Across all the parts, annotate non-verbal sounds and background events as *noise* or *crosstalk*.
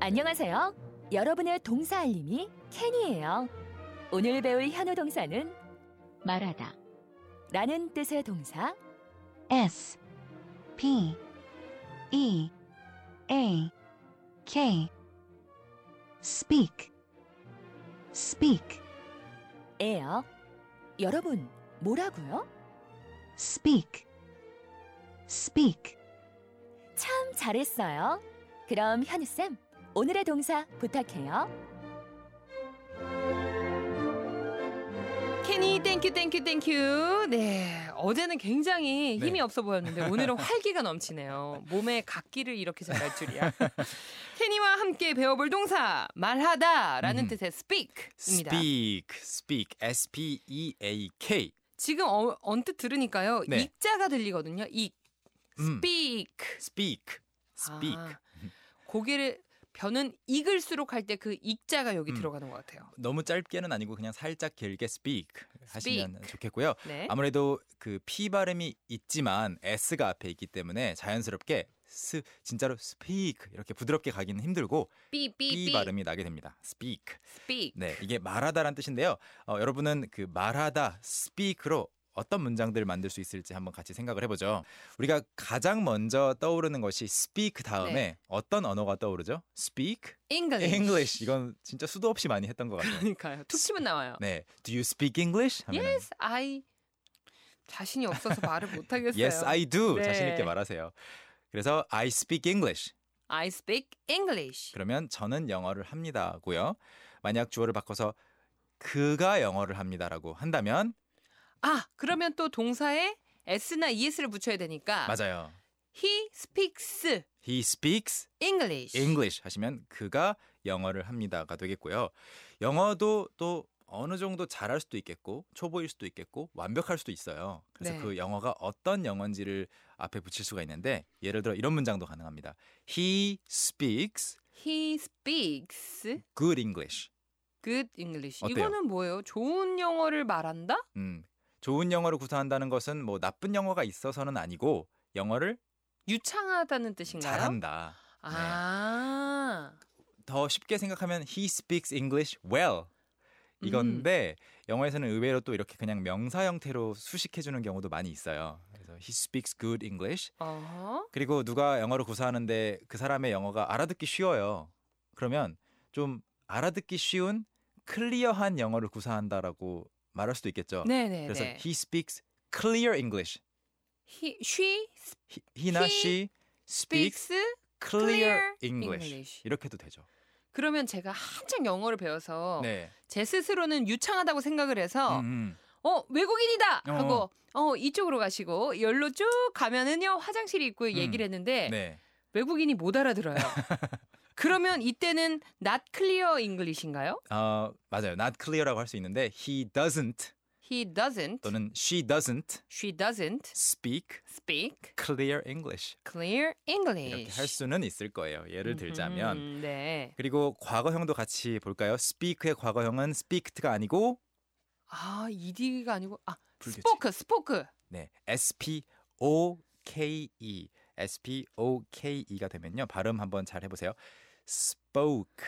안녕하세요. 여러분의 동사 알림이 캔이에요. 오늘 배울 현우 동사는 말하다 라는 뜻의 동사 S P E A K speak speak 에요. 여러분, 뭐라고요? speak speak 참 잘했어요. 그럼 현우쌤, 오늘의 동사 부탁해요. 케니 땡큐 땡큐 땡큐 네 어제는 굉장히 네. 힘이 없어 보였는데 오늘은 활기가 넘치네요 몸에 각기를 이렇게 잘할 줄이야 케니와 함께 배워볼 동사 말하다라는 음. 뜻의 speak입니다 speak, speak, S P E A K. 지금 어- 언뜻 들으니까요 네. 익자가 들리거든요 익 음. speak speak, speak. 아, 고개를 벼는 익을수록 할 때 그 익자가 여기 음. 들어가는 것 같아요 너무 짧게는 아니고 그냥 살짝 길게 speak 하시면 Speak. 좋겠고요. 네 아무래도 그 P 발음이 있지만 S가 앞에 있기 때문에 자연스럽게 스 진짜로 speak 이렇게 부드럽게 가기는 힘들고 B 삐삐삐 발음이 나게 됩니다. speak. speak 네, 이게 말하다라는 뜻인데요. 어, 여러분은 그 말하다 speak로 어떤 문장들 만들 수 있을지 한번 같이 생각을 해보죠. 우리가 가장 먼저 떠오르는 것이 speak 다음에 네. 어떤 언어가 떠오르죠? speak English English. 이건 진짜 수도 없이 많이 했던 것 같아요. 그러니까요 툭 치면 나와요 네, do you speak English? 하면 Yes, I 자신이 없어서 말을 *laughs* 못 하겠어요. yes I do. 네. 자신 있게 말하세요. 그래서 I speak English. I speak English. 그러면 저는 영어를 합니다고요. 만약 주어를 바꿔서 그가 영어를 합니다라고 한다면 아, 그러면 또 동사에 s나 es를 붙여야 되니까 맞아요. he speaks He speaks English. English 하시면 그가 영어를 합니다가 되겠고요. 영어도 또 어느 정도 잘할 수도 있겠고 초보일 수도 있겠고 완벽할 수도 있어요. 그래서 네. 그 영어가 어떤 영어인지를 앞에 붙일 수가 있는데 예를 들어 이런 문장도 가능합니다. He speaks he speaks good English. good English. 어때요? 이거는 뭐예요? 좋은 영어를 말한다? 음, 좋은 영어를 구사한다는 것은 뭐 나쁜 영어가 있어서는 아니고 영어를 유창하다는 뜻인가요? 잘한다. 아. 더 쉽게 생각하면 he speaks English well 네. 음. 이건데 영어에서는 의외로 또 이렇게 그냥 명사 형태로 수식해 주는 경우도 많이 있어요. 그래서 he speaks good English 어허. 그리고 누가 영어를 구사하는데 그 사람의 영어가 알아듣기 쉬워요. 그러면 좀 알아듣기 쉬운 클리어한 영어를 구사한다라고 말할 수도 있겠죠. 네, 네, 그래서 네. he speaks clear English. He, she He- He나 He she speaks speaks clear clear English. English. 이렇게도 되죠. 그러면 제가 한창 영어를 배워서 네. 제 스스로는 유창하다고 생각을 해서 음, 음. 어 외국인이다 어. 하고 어 이쪽으로 가시고 열로 쭉 가면은요 화장실이 있고 얘기를 했는데 음. 네. 외국인이 못 *laughs* 알아들어요. 그러면 이때는 not clear English인가요? 어, 맞아요. not clear라고 할 수 있는데 he doesn't He doesn't, 또는 she doesn't she doesn't speak speak clear English. clear English. 이렇게 할 수는 있을 거예요. 예를 네, 들자면 음, 네. 그리고 과거형도 같이 볼까요? speak의 과거형은 speaked가 아니고 아 ed가 아니고 아 불규칙. spoke spoke 네, S P O K E S P O K E가 되면요. 발음 한번 잘 해보세요. spoke,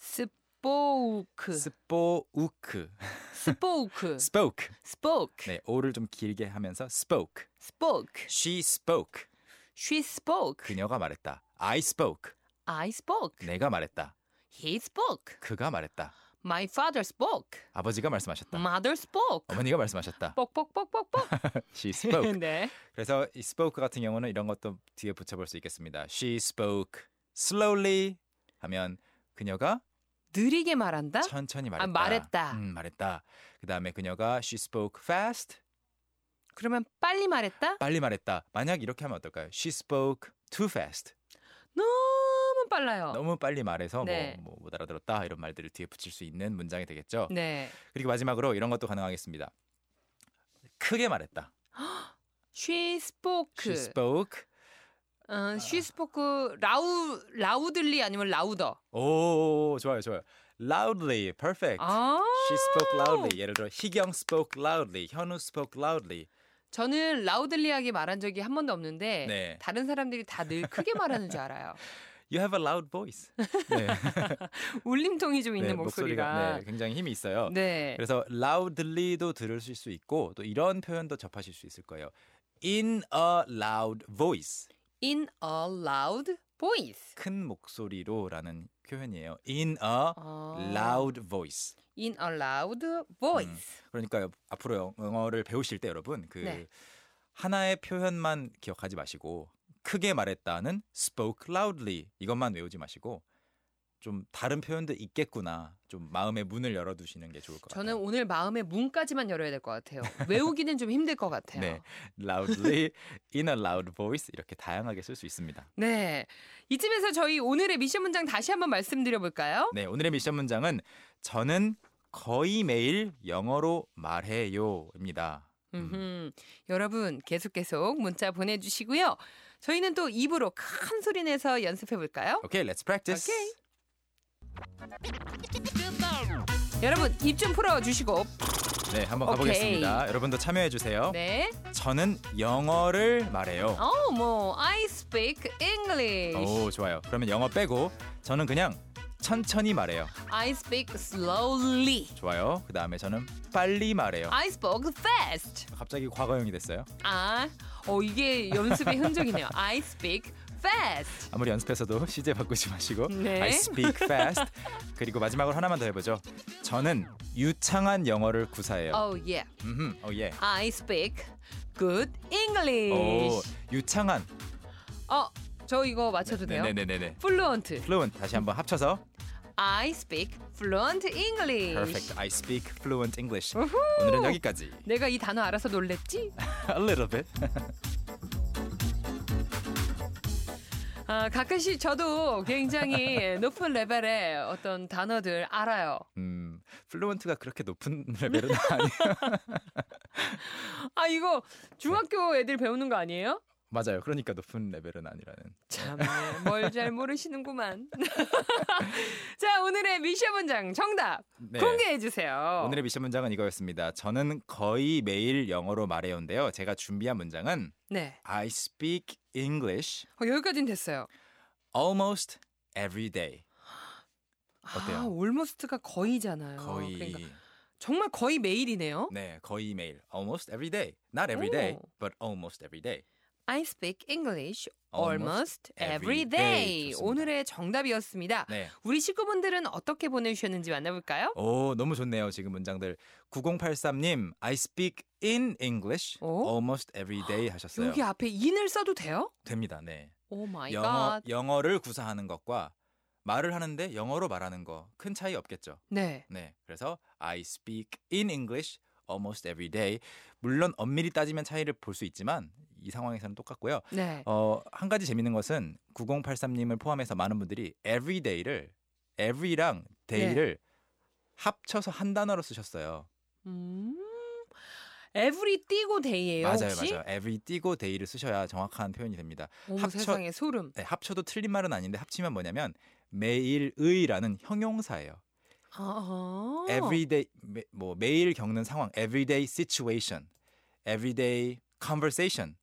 spoke 그. spoke, spoke spoke. spoke 네, O를 좀 길게 하면서 spoke. spoke She spoke. she spoke 그녀가 말했다. I spoke. I spoke 내가 말했다. he spoke 그가 말했다. My father spoke. 아버지가 말씀하셨다. Mother spoke. 어머니가 아, 말씀하셨다. 뻑뻑뻑뻑뻑. She spoke. 네. *laughs* 그래서 이 spoke 같은 경우는 이런 것도 뒤에 붙여볼 수 있겠습니다. She spoke slowly 하면 그녀가 느리게 말한다. 천천히 말했다. 아? 말했다. 음, 말했다. 그 다음에 그녀가 she spoke fast 그러면 빨리 말했다. 빨리 말했다. 만약 이렇게 하면 어떨까요? She spoke too fast. 너무 빨라요. 너무 빨리 말해서 어. 네. 뭐 못 알아들었다 이런 말들을 뒤에 붙일 수 있는 문장이 되겠죠. 네. 그리고 마지막으로 이런 것도 가능하겠습니다. 크게 말했다. She spoke. She spoke. 아. 어, she spoke 라우 라우들리 아니면 라우더. 오 좋아요 좋아요. Loudly, perfect. 아. She spoke loudly. 예를 들어 희경 spoke loudly, 현우 spoke loudly. 저는 라우들리하게 말한 적이 한 번도 없는데 네. *laughs* 다른 사람들이 다 늘 크게 말하는 줄 알아요. You have a loud *laughs* voice. 네, 울림통이 좀 있는 네, 목소리가. 네, 굉장히 힘이 있어요. 네. 그래서 loudly도 들으실 수 있고 또 이런 표현도 접하실 수 있을 거예요. In a loud voice. In a loud voice. 큰 목소리로라는 표현이에요. In a 아, loud voice. In a loud 음, voice. 그러니까 앞으로 영어를 배우실 때 여러분 그 네. 하나의 표현만 기억하지 마시고 크게 말했다는 spoke loudly 이것만 외우지 마시고 좀 다른 표현도 있겠구나. 좀 마음의 문을 열어 두시는 게 좋을 것 저는 같아요. 오늘 마음의 문까지만 열어야 될 것 *laughs* 같아요. 외우기는 좀 힘들 것 같아요. 네. loudly in a loud voice 이렇게 다양하게 쓸 수 있습니다. 네. 이쯤에서 저희 오늘의 미션 문장 다시 한번 말씀드려 볼까요? 네, 오늘의 미션 문장은 저는 거의 매일 영어로 말해요입니다. 음, 음흠. 여러분 계속 계속 문자 보내주시고요. 저희는 또 입으로 큰 소리 내서 연습해 볼까요? 오케이, let's practice. 오케이. 여러분 입 좀 풀어주시고 네, 한번 오케이. 가보겠습니다. 여러분도 참여해 주세요. 네. 저는 영어를 말해요. 어, 네. 뭐 I speak English. 오, 좋아요. 그러면 영어 빼고 저는 그냥 천천히 말해요. I speak slowly. 좋아요. 그 다음에 저는 빨리 말해요. I spoke fast. 갑자기 과거형이 됐어요. 아, 어 이게 연습의 흔적이네요. I speak fast. 아무리 연습해서도 *laughs* 시제 바꾸지 마시고 네. I speak fast. 그리고 마지막으로 하나만 더 해보죠. 저는 유창한 영어를 구사해요. Oh yeah. 음, 어 예. I speak good 네. 오, English. 유창한. 어, 저 이거 맞춰도 돼요? 네네네네. Fluent. Fluent 다시 한번 합쳐서 I speak fluent English. Perfect. I speak fluent English. 네. 우후. 네. 오늘은 여기까지. 내가 이 단어 알아서 놀랬지? *laughs* A little bit. 아, 가끔씩 저도 *laughs* 굉장히 높은 레벨의 어떤 단어들 알아요. 음, fluent가 그렇게 높은 *laughs* 레벨은 아니에요. 아, 이거 네. 중학교 애들 배우는 거 아니에요? 맞아요. 그러니까 높은 레벨은 아니라는. 참네, 뭘 잘 모르시는구만. *laughs* 자, 오늘의 미션 문장 정답 네. 공개해 주세요. 오늘의 미션 문장은 이거였습니다. 저는 거의 매일 영어로 말해요인데요. 제가 준비한 문장은 네, I speak English 어, 여기까지는 됐어요. almost every day. 어때요? 아, 올머스트가 거의잖아요. 거의 그러니까 정말 거의 매일이네요. 네, 거의 매일 almost every day. Not every day, but almost every day. I speak English almost Almost every every day. day. 좋습니다. 오늘의 정답이었습니다. 네. 우리 식구분들은 어떻게 보내주셨는지 만나볼까요? 오, 너무 좋네요. 지금 문장들. 9083님, I speak in English 오? almost every day 하셨어요. 여기 아- 앞에 in을 써도 돼요? Oh 됩니다. 네. 오 마이 영어 갓. 영어를 구사하는 것과 말을 하는데 영어로 말하는 거 큰 차이 없겠죠. 네. 네. 그래서 I speak in English almost every day. 물론 엄밀히 따지면 차이를 볼 수 있지만 이 상황에서는 똑같고요. 네. 어, 한 가지 재밌는 것은 9083님을 포함해서 많은 분들이 every day를 every랑 네. day를 합쳐서 한 단어로 쓰셨어요. 음. every 띄고 day예요, 맞아요, 혹시? 맞아요. every 띄고 day를 쓰셔야 정확한 표현이 됩니다. 어머 합쳐- 세상에 소름. 네, 합쳐도 틀린 말은 아닌데 합치면 뭐냐면 매일의라는 형용사예요. 아. everyday 매, 뭐 매일 겪는 상황, everyday situation, everyday conversation.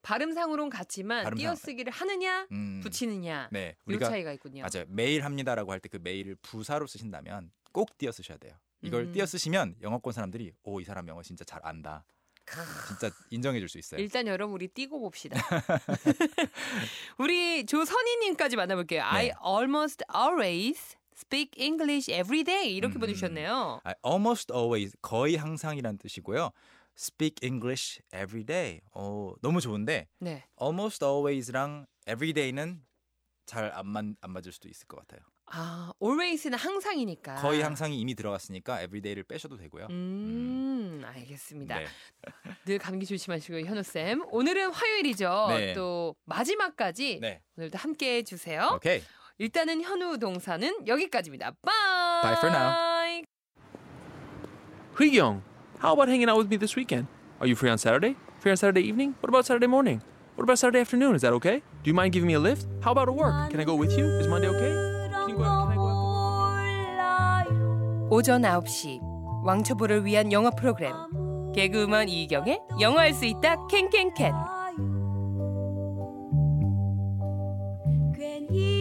발음상으론 같지만 발음상- 띄어쓰기를 하느냐 음, 붙이느냐 네, 요 우리가 차이가 있군요. 맞아요. 매일 합니다라고 할 때 그 매일을 부사로 쓰신다면 꼭 띄어 쓰셔야 돼요. 이걸 음. 띄어 쓰시면 영어권 사람들이 오 이 사람 영어 진짜 잘 안다. 진짜 인정해 줄 수 있어요. 일단 여러분 우리 띄고 *laughs* 봅시다. *laughs* 우리 조선희님까지 만나볼게요. I 네. almost always speak English every day 이렇게 음, 보내주셨네요. 아, almost always 거의 항상이란 뜻이고요. speak english every day. 어, 너무 좋은데 네. almost always랑 every day는 잘안맞안 맞을 수도 있을 것 같아요. 아 always는 항상이니까. 거의 항상이 이미 들어갔으니까 every day를 빼셔도 되고요. 음, 알겠습니다. 네. 늘 감기 조심하시고요, 현우 쌤. 오늘은 화요일이죠. 네. 또 마지막까지 네. 오늘도 함께 해주세요. 오케이. 일단은 현우 동사는 여기까지입니다. Bye. Bye for now. Young, how about hanging out with me this weekend? Are you free on Saturday? Free on Saturday evening? What about Saturday morning? What about Saturday afternoon? Is that okay? Do you mind giving me a lift? How about at work? Can I go with you? Is Monday okay? Can you go out? Can I go out? 오전 9시 왕초보를 위한 영어 프로그램 개그우먼 이경의 영어할 수 있다 캔캔캔 괜히